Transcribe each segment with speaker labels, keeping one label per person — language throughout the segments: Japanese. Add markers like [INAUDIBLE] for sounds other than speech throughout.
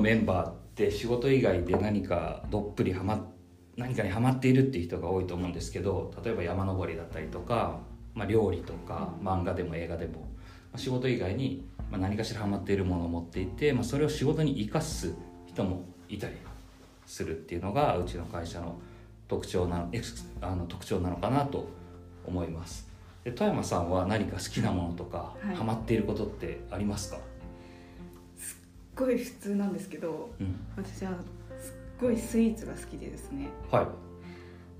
Speaker 1: メンバーって仕事以外で何かどっぷりハマ何かにハマっているっていう人が多いと思うんですけど例えば山登りだったりとか、まあ、料理とか漫画でも映画でも、まあ仕事以外にまあ何かしらハマっているものを持っていて、まあ、それを仕事に生かす人もいたりするっていうのがうちの会社の特徴なのエクスあの特徴なのかなと思います。で富山さんは何か好きなものとか、
Speaker 2: はい
Speaker 1: ハマっていることってありますか、
Speaker 2: すっごい普通なんですけど
Speaker 1: うん、
Speaker 2: 私はすっごいスイーツが好きでですね
Speaker 1: はい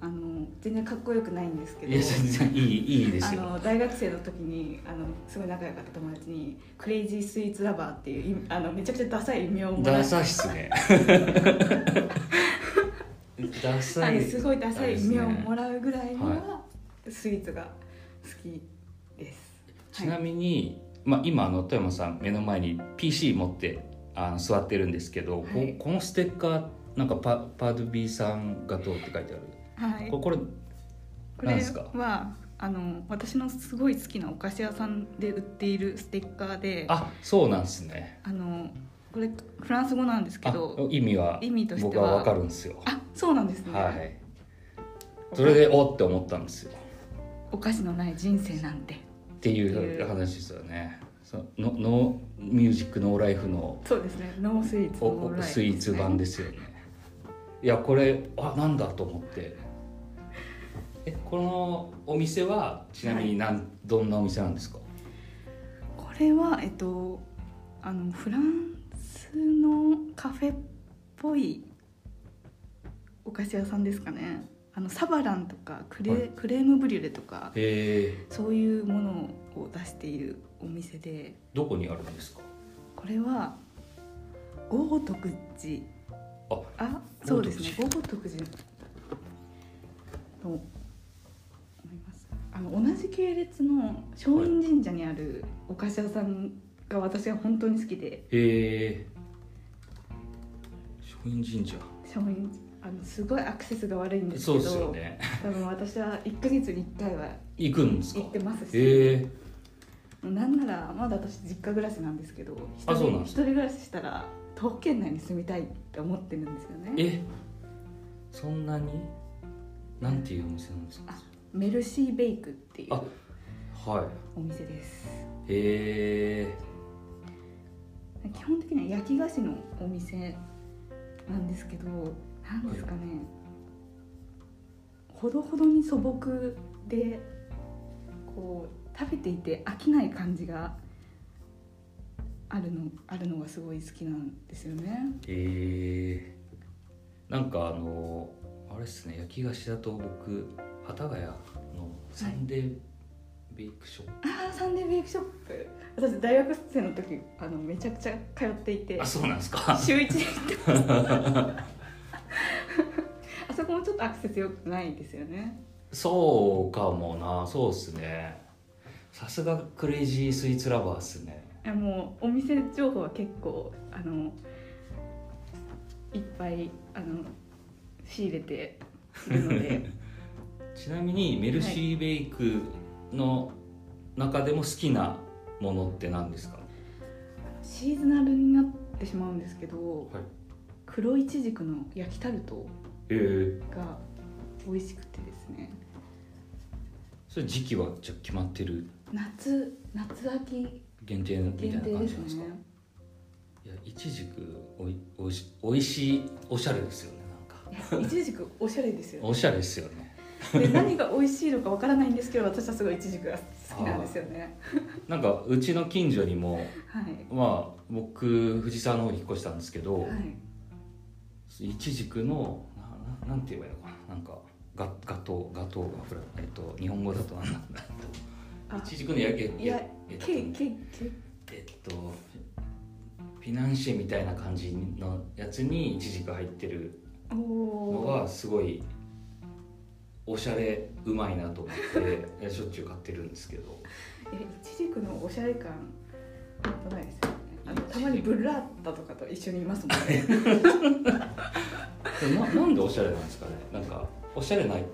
Speaker 2: あの全然かっこよくないんですけど
Speaker 1: いや全然いいいいです
Speaker 2: あ
Speaker 1: よ。
Speaker 2: の大学生の時にあのすごい仲良かった友達に「クレイジースイーツラバー」っていういあのめちゃくちゃダサい異名をもら
Speaker 1: ダ
Speaker 2: っ
Speaker 1: サいっす
Speaker 2: [LAUGHS]
Speaker 1: ね。ダサ。
Speaker 2: はいい、すごいダサい異名をもらうぐらいに
Speaker 1: はい
Speaker 2: はスイーツが好きです。
Speaker 1: ちな
Speaker 2: はい、
Speaker 1: みに、まあ今あの富山さん目の前に PC 持ってあの座ってるんですけど、
Speaker 2: はい
Speaker 1: ここのステッカーなんかパパードビーさんがどうって書いてある。
Speaker 2: はい、
Speaker 1: ここれ
Speaker 2: こ
Speaker 1: なん
Speaker 2: れ
Speaker 1: ですか。
Speaker 2: はあの私のすごい好きなお菓子屋さんで売っているステッカーで、あ
Speaker 1: あそうなんですね。
Speaker 2: のこれフランス語なんですけ
Speaker 1: あ
Speaker 2: ど、
Speaker 1: 意味は
Speaker 2: 意味としては
Speaker 1: 僕はわかるんですよ。
Speaker 2: あ、そうなんですね。
Speaker 1: はい。それでおって思ったんですよ。
Speaker 2: お菓子のない人生なんて。
Speaker 1: っていう話ですよね。そうののミュージックノーライフの
Speaker 2: そうですね。ノースイーツ
Speaker 1: お
Speaker 2: ノー
Speaker 1: お
Speaker 2: ライフですね、
Speaker 1: スイーツ版ですよねいやこれあなんだと思ってえこのお店はちなみになん、どんなお店なんですか
Speaker 2: これはえっとあのフランスのカフェっぽいお菓子屋さんですかねあのサバランとかクレ,、
Speaker 1: はい
Speaker 2: クレームブリュレとか
Speaker 1: へえ
Speaker 2: そういうものを出しているお店で
Speaker 1: どこにあるんですか
Speaker 2: これは豪徳寺
Speaker 1: あ
Speaker 2: あそうですね豪徳寺と思いますあの同じ系列の松陰神社にあるお菓子屋さんが私は本当に好きで
Speaker 1: へえ松陰神社
Speaker 2: 松陰あのすごいアクセスが悪いんです
Speaker 1: そう
Speaker 2: け
Speaker 1: で
Speaker 2: ど
Speaker 1: すよね
Speaker 2: 多分私は1か月に1回は
Speaker 1: 行くんですか
Speaker 2: 行ってますし、
Speaker 1: へえ
Speaker 2: なんならまだ私実家暮らしなんですけど一
Speaker 1: あそうなん
Speaker 2: 人
Speaker 1: です
Speaker 2: 一人暮らししたら徒歩圏内に住みたいって思ってるんですよね
Speaker 1: えそんなになんていうお店なんですか
Speaker 2: メルシーベイクっていう
Speaker 1: あは
Speaker 2: お店です
Speaker 1: いへえ
Speaker 2: 基本的には焼き菓子のお店なんですけどなんですかね、ほどほどに素朴でこう食べていて飽きない感じがあるのあるのがすごい好きなんですよね
Speaker 1: えー、なんかあのあれですね焼き菓子だと僕幡ヶ谷のサンデーベイクショップ、
Speaker 2: ああサンデーベイクショップ私大学生の時あのめちゃくちゃ通っていて
Speaker 1: あそうなんです
Speaker 2: [LAUGHS]
Speaker 1: か
Speaker 2: 週一で行ってました [LAUGHS] あそこもちょっとアクセス良くないですよね
Speaker 1: そうかもなそうっすねさすがクレイジースイーツラバーっすね
Speaker 2: いやもうお店情報は結構あのいっぱいあの仕入れているの
Speaker 1: [LAUGHS]
Speaker 2: で
Speaker 1: ちなみにメルシーベイクの中でも好きなものって何ですか、
Speaker 2: シーズナルになってしまうんですけど、
Speaker 1: はい
Speaker 2: 黒いちじくの焼きタルト
Speaker 1: えー、
Speaker 2: が美味しくてですね
Speaker 1: それ時期はじゃあ決まってる
Speaker 2: 夏夏秋
Speaker 1: 限定みたい
Speaker 2: 限
Speaker 1: な
Speaker 2: 定
Speaker 1: 感
Speaker 2: で
Speaker 1: じ
Speaker 2: す
Speaker 1: なんですか
Speaker 2: ね
Speaker 1: いや、いちじくおいおいしおいしいおしゃれですよねなんか
Speaker 2: いちじくおしゃれです
Speaker 1: [LAUGHS]
Speaker 2: よ
Speaker 1: おしゃれですよね
Speaker 2: で何が美味しいのかわからないんですけど私はすごいいちじくが好きなんですよね
Speaker 1: なんかうちの近所にも
Speaker 2: はい
Speaker 1: まあ僕藤沢の方に引っ越したんですけど、
Speaker 2: はい
Speaker 1: い、ちじくのなななんて言えばいいのかななんかガガトーガトーがフラえっと日本語だとなんなんだ
Speaker 2: あ
Speaker 1: いちじくのやけ
Speaker 2: いや
Speaker 1: やえっと
Speaker 2: ケーケーケー
Speaker 1: えっとフィナンシェみたいな感じのやつにいちじく入ってる
Speaker 2: お
Speaker 1: の
Speaker 2: お
Speaker 1: がすごいおしゃれうまいなと思ってしょっちゅう買ってるんですけど
Speaker 2: えいちじくのおしゃれ感半端ないですよねあのたまにブッラータとかと一緒にいますもん
Speaker 1: [LAUGHS]
Speaker 2: ね
Speaker 1: でもななんでおしゃれなんですかねなんかおしゃれない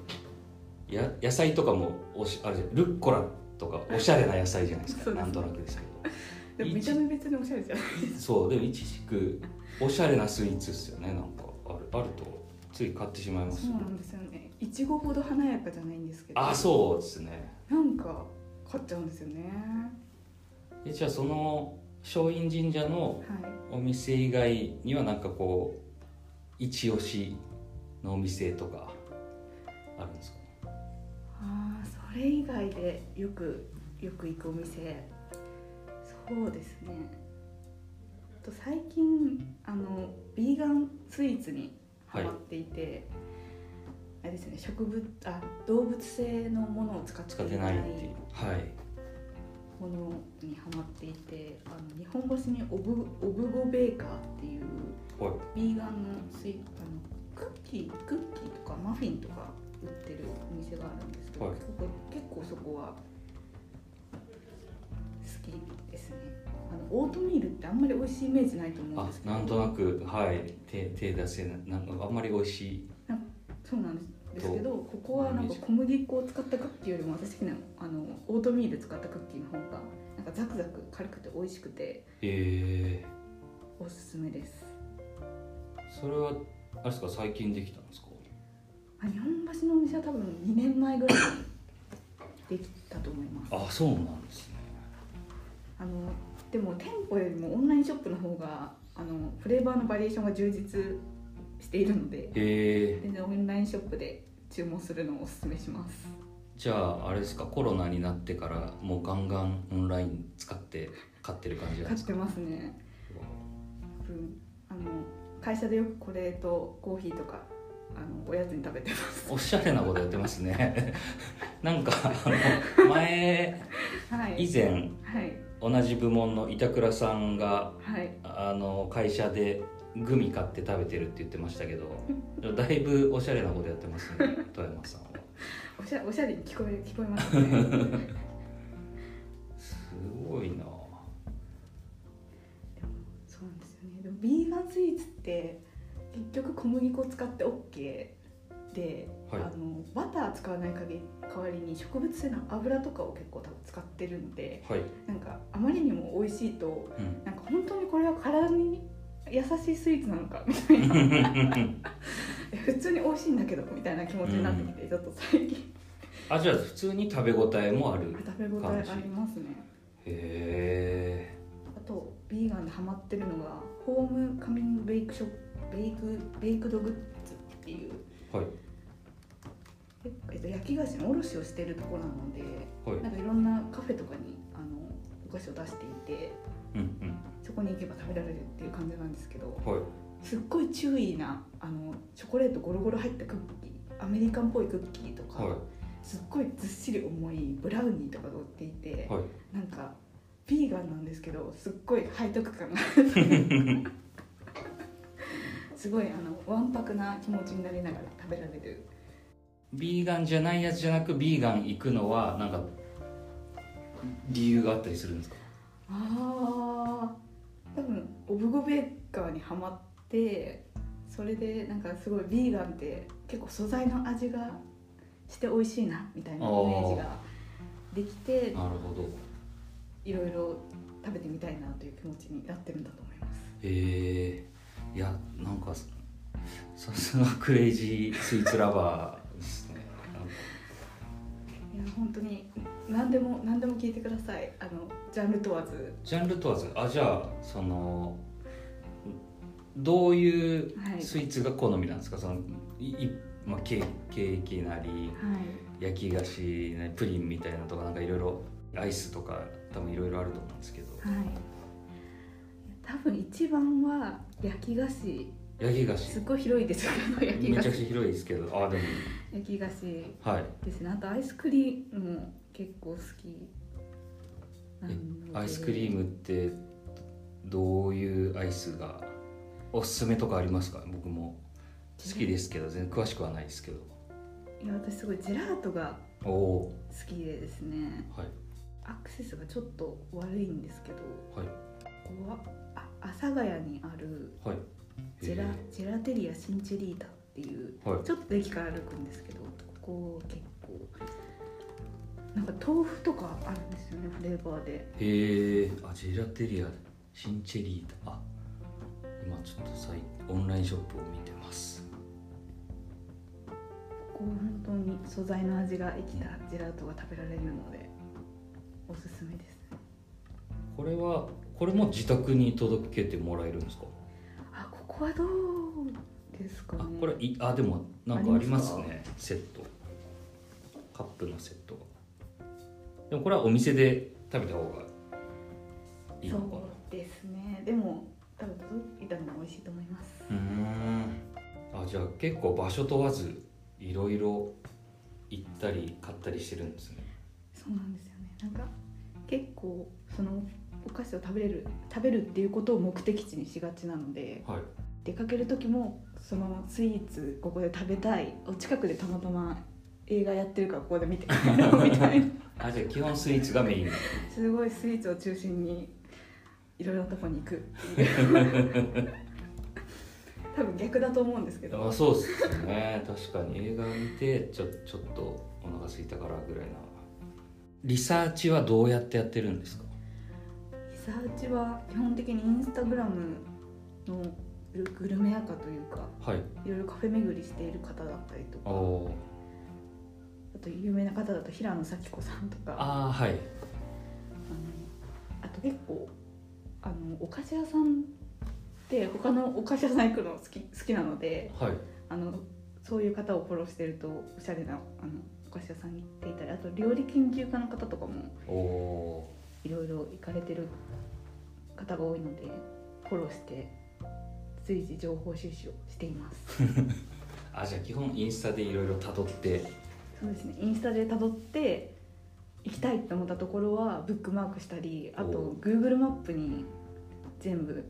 Speaker 1: や野菜とかもおしあれじゃんルッコラとかおしゃれな野菜じゃないですか
Speaker 2: そうです
Speaker 1: なんとなくですけ
Speaker 2: でも見た目別におしゃれじゃない
Speaker 1: どそうでもいちじくおしゃれなスイーツですよねなんかあるあるとつい買ってしまいます
Speaker 2: そう
Speaker 1: よね
Speaker 2: なんですよねいちごほど華やかじゃないんですけど
Speaker 1: あそうですね
Speaker 2: なんか買っちゃうんですよね
Speaker 1: えじゃあその松陰神社の
Speaker 2: はい
Speaker 1: お店以外にはなんかこう一押しのお店とかあるんですかね
Speaker 2: あーそれ以外でよくよく行くお店そうですねあと最近あのビーガンスイーツにハマっていて、あれですね植物あ動物性のものを使っ
Speaker 1: 使
Speaker 2: て
Speaker 1: っ
Speaker 2: い
Speaker 1: て
Speaker 2: な
Speaker 1: ないいっていうはい
Speaker 2: ものにハマっていてあの日本橋にオブオブゴベーカーっていう
Speaker 1: はい
Speaker 2: ビーガンのスイーツあのクッキークッキーとかマフィンとか売ってるお店があるんですけど、
Speaker 1: はい
Speaker 2: そこ結構そこは好きですねあのオートミールってあんまり美味しいイメージないと思うん
Speaker 1: あ
Speaker 2: ですけど
Speaker 1: なんとなくはい手手出せないなんかあんまり美味しい
Speaker 2: そうなんですけどここはなんか小麦粉を使ったクッキーよりも私的にはあのオートミール使ったクッキーの方がなんかザクザク軽くて美味しくて
Speaker 1: え
Speaker 2: おすすめです
Speaker 1: ー、それはあれですか最近できたんですか
Speaker 2: あ日本橋のお店は多分2年前ぐらいにできたと思います
Speaker 1: あそうなんですね
Speaker 2: あのでも店舗よりもオンラインショップの方があのフレーバーのバリエーションが充実しているので
Speaker 1: え
Speaker 2: 全然オンラインショップで注文するのをおすすめします
Speaker 1: ー、じゃああれですかコロナになってからもうガンガンオンライン使って買ってる感じなん
Speaker 2: 買
Speaker 1: で
Speaker 2: っ
Speaker 1: す
Speaker 2: て
Speaker 1: か
Speaker 2: ますね、うん、あの会社でよくこれとコーヒーとかあのおやつに食べてます [LAUGHS]
Speaker 1: おしゃれなことやってますね [LAUGHS] なんかあの前
Speaker 2: はい
Speaker 1: 以前
Speaker 2: はい
Speaker 1: 同じ部門の板倉さんが
Speaker 2: はい
Speaker 1: あの会社でグミ買って食べてるって言ってましたけどだいぶおしゃれなことやってますね富山さんは
Speaker 2: おしゃおしゃれに聞こえ聞こえます [LAUGHS] ね
Speaker 1: すごいな
Speaker 2: そうなんですよねでもビーガンスイーツって結局小麦粉を使って OK で、
Speaker 1: はい
Speaker 2: あのバター使わない限り代わりに植物性の油とかを結構多分使ってるので
Speaker 1: はい、
Speaker 2: なんかあまりにも美味しいと
Speaker 1: うん、
Speaker 2: なんか本当にこれは体に優しいスイーツなのかみたいな
Speaker 1: [LAUGHS]
Speaker 2: 普通に美味しいんだけどみたいな気持ちになってきて、ちょっと最近
Speaker 1: あじゃあ普通に食べ応えもある
Speaker 2: 食べ応えありますね
Speaker 1: へ
Speaker 2: あとビーガンでハマってるのがホームカミングベイクショップベイクベイクドグッズっていう、
Speaker 1: えはい
Speaker 2: ええっと、焼き菓子の卸をしてるところなので
Speaker 1: はい
Speaker 2: なんかいろんなカフェとかにあのお菓子を出していて
Speaker 1: うん
Speaker 2: そこに行けば食べられるっていう感じなんですけど
Speaker 1: うんはい
Speaker 2: すっごい注意なあのチョコレートゴロゴロ入ったクッキーアメリカンっぽいクッキーとか、
Speaker 1: は
Speaker 2: すっごいずっしり重いブラウニーとかが売っていて、
Speaker 1: いはい
Speaker 2: なんかビーガンなんですけどすっごい背徳感が
Speaker 1: [LAUGHS]
Speaker 2: すごいあのわんぱくな気持ちになりながら食べられる
Speaker 1: ビーガンじゃないやつじゃなくビーガン行くのはなんか理由があったりするんですか
Speaker 2: あー多分オブゴベーカーにはまってそれでなんかすごいビーガンって結構素材の味がして美味しいなみたいなイメージができて
Speaker 1: なるほど
Speaker 2: いろいろ食べてみたいなという気持ちになってるんだと思います
Speaker 1: えー、いやなんかさすがクレイジースイーツラバーですね
Speaker 2: いや本当に何でも何でも聞いてくださいあのジャンル問わず
Speaker 1: ジャンル問わずあじゃあそのどういう
Speaker 2: はい
Speaker 1: スイーツが好みなんですかそのいいまあ、ケーケーキなり
Speaker 2: はい
Speaker 1: 焼き菓子なりプリンみたいなとかなんかいろいろアイスとか多分いろいろあると思うんですけど
Speaker 2: はい多分一番は焼き菓子
Speaker 1: 焼き菓子
Speaker 2: すっごい広いですけど焼き
Speaker 1: め
Speaker 2: 菓
Speaker 1: ちゃ
Speaker 2: 子
Speaker 1: くちゃ広いですけどあでも
Speaker 2: 焼き菓子
Speaker 1: はい
Speaker 2: ですねあとアイスクリームも結構好きなので
Speaker 1: アイスクリームってどういうアイスがおすすめとかありますか僕も好きですけど全然詳しくはないですけど
Speaker 2: いや私すごいジェラートが
Speaker 1: おお
Speaker 2: 好きでですね
Speaker 1: ーはい
Speaker 2: アクセスがちょっと悪いんですけど
Speaker 1: はい
Speaker 2: ここはあ阿佐ヶ谷にある
Speaker 1: はい
Speaker 2: ジェラ
Speaker 1: へ
Speaker 2: ジェラテリアシンチェリータっていう
Speaker 1: ーはい
Speaker 2: ちょっと駅から歩くんですけどここ結構なんか豆腐とかあるんですよねフレーバーで
Speaker 1: へえあジェラテリアシンチェリータあ今ちょっと最オンラインショップを見てます
Speaker 2: ここは本当に素材の味が生きたジェラートが食べられるのでおすすめです
Speaker 1: これはこれも自宅に届けてもらえるんですか
Speaker 2: あここはどうですかね
Speaker 1: あこれいあでもなんかありますねセットカップのセットがでもこれはお店で食べた方がいい
Speaker 2: そ
Speaker 1: のかな
Speaker 2: うですねでも多分届いたのも美味しいと思います
Speaker 1: うーんあじゃあ結構場所問わずいろいろ行ったり買ったりしてるんですね
Speaker 2: そうなんですよねなんか結構そのお菓子を食べれる食べるっていうことを目的地にしがちなので
Speaker 1: はい
Speaker 2: 出かける時もそのスイーツここで食べたいお近くでたまたま映画やってるからここで見て帰ろう
Speaker 1: [LAUGHS]
Speaker 2: みたいな
Speaker 1: あじゃあ基本スイーツがメイン
Speaker 2: すごいスイーツを中心にいろいろなとこに行く
Speaker 1: [LAUGHS]
Speaker 2: 多分逆だと思うんですけ
Speaker 1: あ
Speaker 2: ど
Speaker 1: そうですよね確かに映画見てちょちょっとお腹空いたからぐらいなリサーチはどうやってやってるんですか
Speaker 2: リサーチは基本的にインスタグラムのグルグルメアカというか
Speaker 1: はい
Speaker 2: いろいろカフェ巡りしている方だったりと
Speaker 1: あ
Speaker 2: か
Speaker 1: ー
Speaker 2: あと有名な方だと平野咲子さんとかあの
Speaker 1: あーはい
Speaker 2: あと結構あのお菓子屋さんって他のお菓子屋さん行くの好き好きなので
Speaker 1: はい
Speaker 2: あのそういう方をフォローしてるとおしゃれなあのお菓子屋さんに行っていたりあと料理研究家の方とかも
Speaker 1: おお
Speaker 2: いろいろ行かれてる方が多いのでフォローして随時情報収集をしていま
Speaker 1: [LAUGHS]
Speaker 2: す
Speaker 1: ーあじゃあ基本インスタでいろいろ辿って
Speaker 2: そうですねインスタで辿って行きたいと思ったところはブックマークしたりあと
Speaker 1: お
Speaker 2: Google マップに全部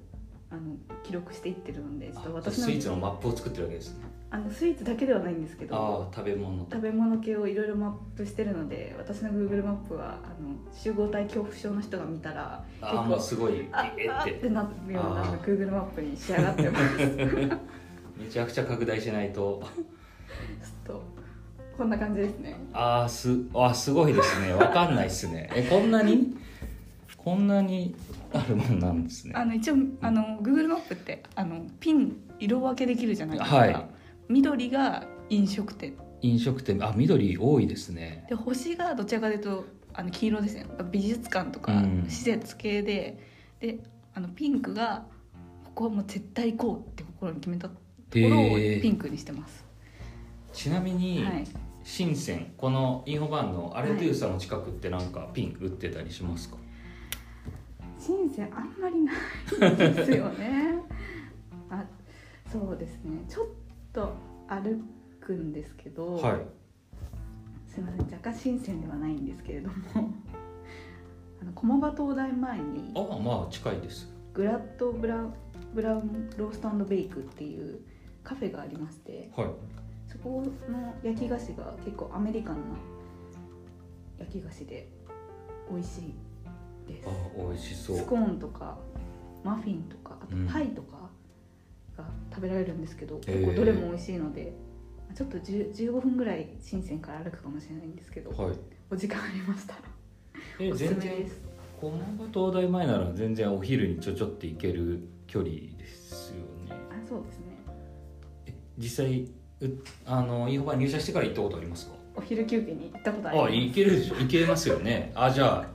Speaker 2: あの記録していってるのでちょ
Speaker 1: あ
Speaker 2: っと私の
Speaker 1: スイーツのマップを作ってるわけですね
Speaker 2: あのスイーツだけではないんですけど
Speaker 1: ああ食べ物と
Speaker 2: 食べ物系をいろいろマップしてるので私の Google マップはあの集合体恐怖症の人が見たら
Speaker 1: ああもうすごい
Speaker 2: あ
Speaker 1: え
Speaker 2: あ
Speaker 1: っ
Speaker 2: っててなるような
Speaker 1: あ
Speaker 2: Google マップに仕上がってますちょっ
Speaker 1: めちゃくちゃ拡大しないと
Speaker 2: とこんな感じですね
Speaker 1: あーすあーすごいですねわかんないっすねえこんなにこんなにあるもんなんですね
Speaker 2: あの一応あの Google マップってあのピン色分けできるじゃないですか、
Speaker 1: はい
Speaker 2: 緑が飲食店
Speaker 1: 飲食店あ緑多いですね
Speaker 2: で星がどちらかというとあの黄色ですね美術館とか
Speaker 1: うん
Speaker 2: 施設系で、であのピンクがここはもう絶対行こうって心に決めたとこ
Speaker 1: へ
Speaker 2: ろを
Speaker 1: え
Speaker 2: ピンクにしてます、
Speaker 1: ちなみに、
Speaker 2: はい、
Speaker 1: 深センこのインフォバンのアレデューサーの近くってなんかピンク売ってたりしますか、
Speaker 2: 人生あんまりないですよ
Speaker 1: [LAUGHS]
Speaker 2: ねあそうですねちょっと歩くんですけど、
Speaker 1: はい
Speaker 2: すいません若干新鮮ではないんですけれどもあの駒場東大前に
Speaker 1: ああまあ近いです
Speaker 2: グラッドブラブラウンローストベイクっていうカフェがありまして
Speaker 1: はい
Speaker 2: そこの焼き菓子が結構アメリカンな焼き菓子で美味しいです
Speaker 1: ああ美味しそう
Speaker 2: スコーンとかマフィンとかあと
Speaker 1: うん
Speaker 2: パイとかが食べられるんですけど、
Speaker 1: へー
Speaker 2: 結構どれも美味しいので、まあちょっと10 15分ぐらい深センから歩くかもしれないんですけど、
Speaker 1: はい
Speaker 2: お時間ありましたら
Speaker 1: え
Speaker 2: おすす
Speaker 1: 全
Speaker 2: めで
Speaker 1: 然
Speaker 2: す
Speaker 1: 駒場東大前なら全然お昼にちょちょって行ける距離ですよね
Speaker 2: あそうですね
Speaker 1: え実際うあのインフォバン入社してから行ったことありますか
Speaker 2: お昼休憩に行ったことあり
Speaker 1: あ
Speaker 2: ます
Speaker 1: 行けるでしょ行けますよ [LAUGHS] ねあじゃあ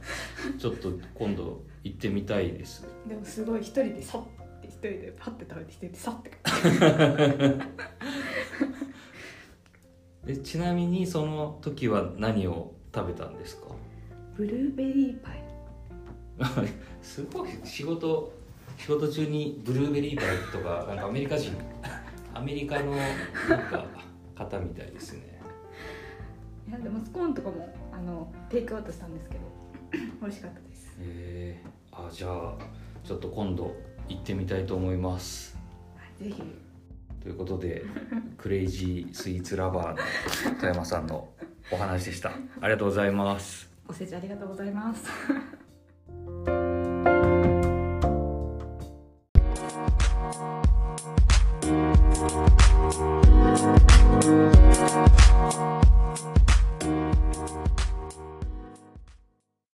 Speaker 1: ちょっと今度行ってみたいです
Speaker 2: でもすごい一人でさって一人でパッて食べて一人でさって
Speaker 1: でちなみにその時は何を食べたんですか
Speaker 2: ブルーベリーパイ
Speaker 1: [LAUGHS] すごい仕事仕事中にブルーベリーパイとかなんかアメリカ人 [LAUGHS] アメリカのなんか方みたいですね
Speaker 2: いやでもスコーンとかもあのテイクアウトしたんですけど美味しかったです
Speaker 1: えー、あじゃあちょっと今度行ってみたいと思います
Speaker 2: ぜひ
Speaker 1: ということでクレイジースイーツラバーの富山さんのお話でしたありがとうございます
Speaker 2: ご清聴ありがとうございます